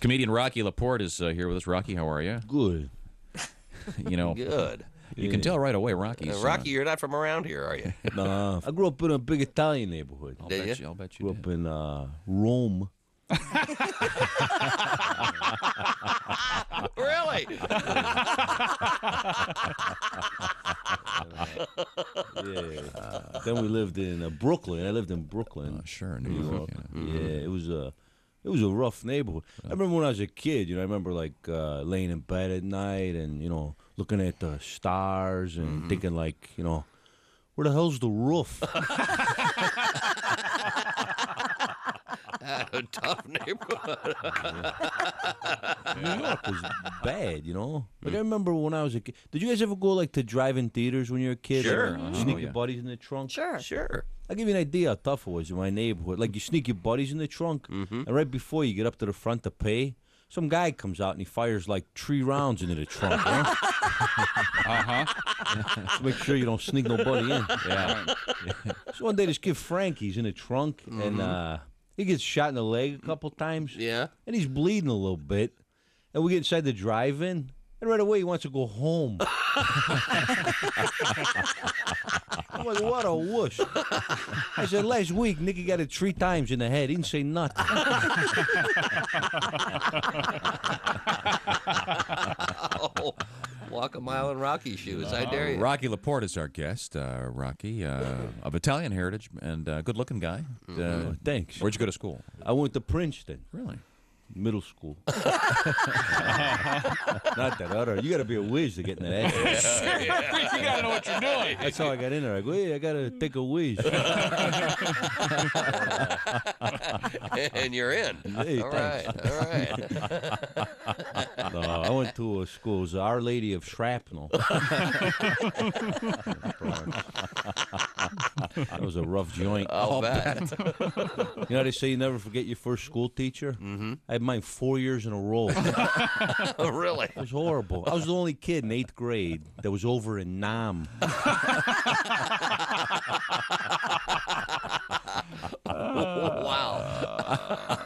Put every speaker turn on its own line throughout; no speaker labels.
Comedian Rocky Laporte is uh, here with us. Rocky, how are you?
Good.
You know,
Good.
you can tell right away, Rocky's.
Uh,
uh,
Rocky, you're not from around here, are you?
Nah, I grew up in a big Italian neighborhood.
I'll
Did
bet
ya?
you. I'll bet you.
grew
did.
up in uh, Rome.
really?
Yeah. then we lived in uh, Brooklyn. I lived in Brooklyn.
Uh, sure, New York. yeah. Mm-hmm.
Yeah, it was a it was a rough neighborhood. I remember when I was a kid, you know, I remember like uh, laying in bed at night and you know looking at the stars and
Mm-hmm.
thinking like, you know, where the hell's the roof?
A tough neighborhood.
New York was bad, you know. Like I remember when I was a kid. Did you guys ever go like to drive-in theaters when you were a kid?
Sure.
Like,
Mhm.
Sneak
Oh, yeah.
your buddies in the trunk.
Sure.
Sure.
I'll give you an idea how tough it was in my neighborhood. Like you sneak your buddies in the trunk, and right before you get up to the front to pay, some guy comes out and he fires like three rounds into the trunk. you know?
Uh huh.
Just make sure you don't sneak nobody in.
Yeah.
So one day, this kid Frankie's in the trunk, and uh, he gets shot in the leg a couple times.
Yeah.
and he's bleeding a little bit. And we get inside the drive-in, and right away he wants to go home. I'm like, what a whoosh! I said, last week Nicky got it three times in the head. He didn't say nothing.
Oh, walk a mile in Rocky shoes. I dare you.
Rocky Laporte is our guest. Uh, Rocky, uh, of Italian heritage and uh, good-looking guy.
Mm-hmm.
Uh,
Thanks.
where'd you go to school?
I went to Princeton
Really?
Middle School. Not that other. You got to be a whiz to get in that. ass.
you gotta know what you're doing.
That's how I got in there. I go, hey, I got to take a whiz.
and you're in.
Hey,
all right. All right.
No, I went to a school. It was Our Lady of Shrapnel. that was a rough joint.
I'll bet.
You know how they say you never forget your first school teacher? Mm-hmm. I had mine four years in a row. It
really?
was horrible. I was the only kid in eighth grade that was over in Nam.
wow.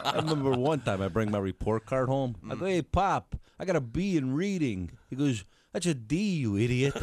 I remember one time I bring my report card home. I go, hey, Pop, I got a B in reading. He goes, that's a D, you idiot.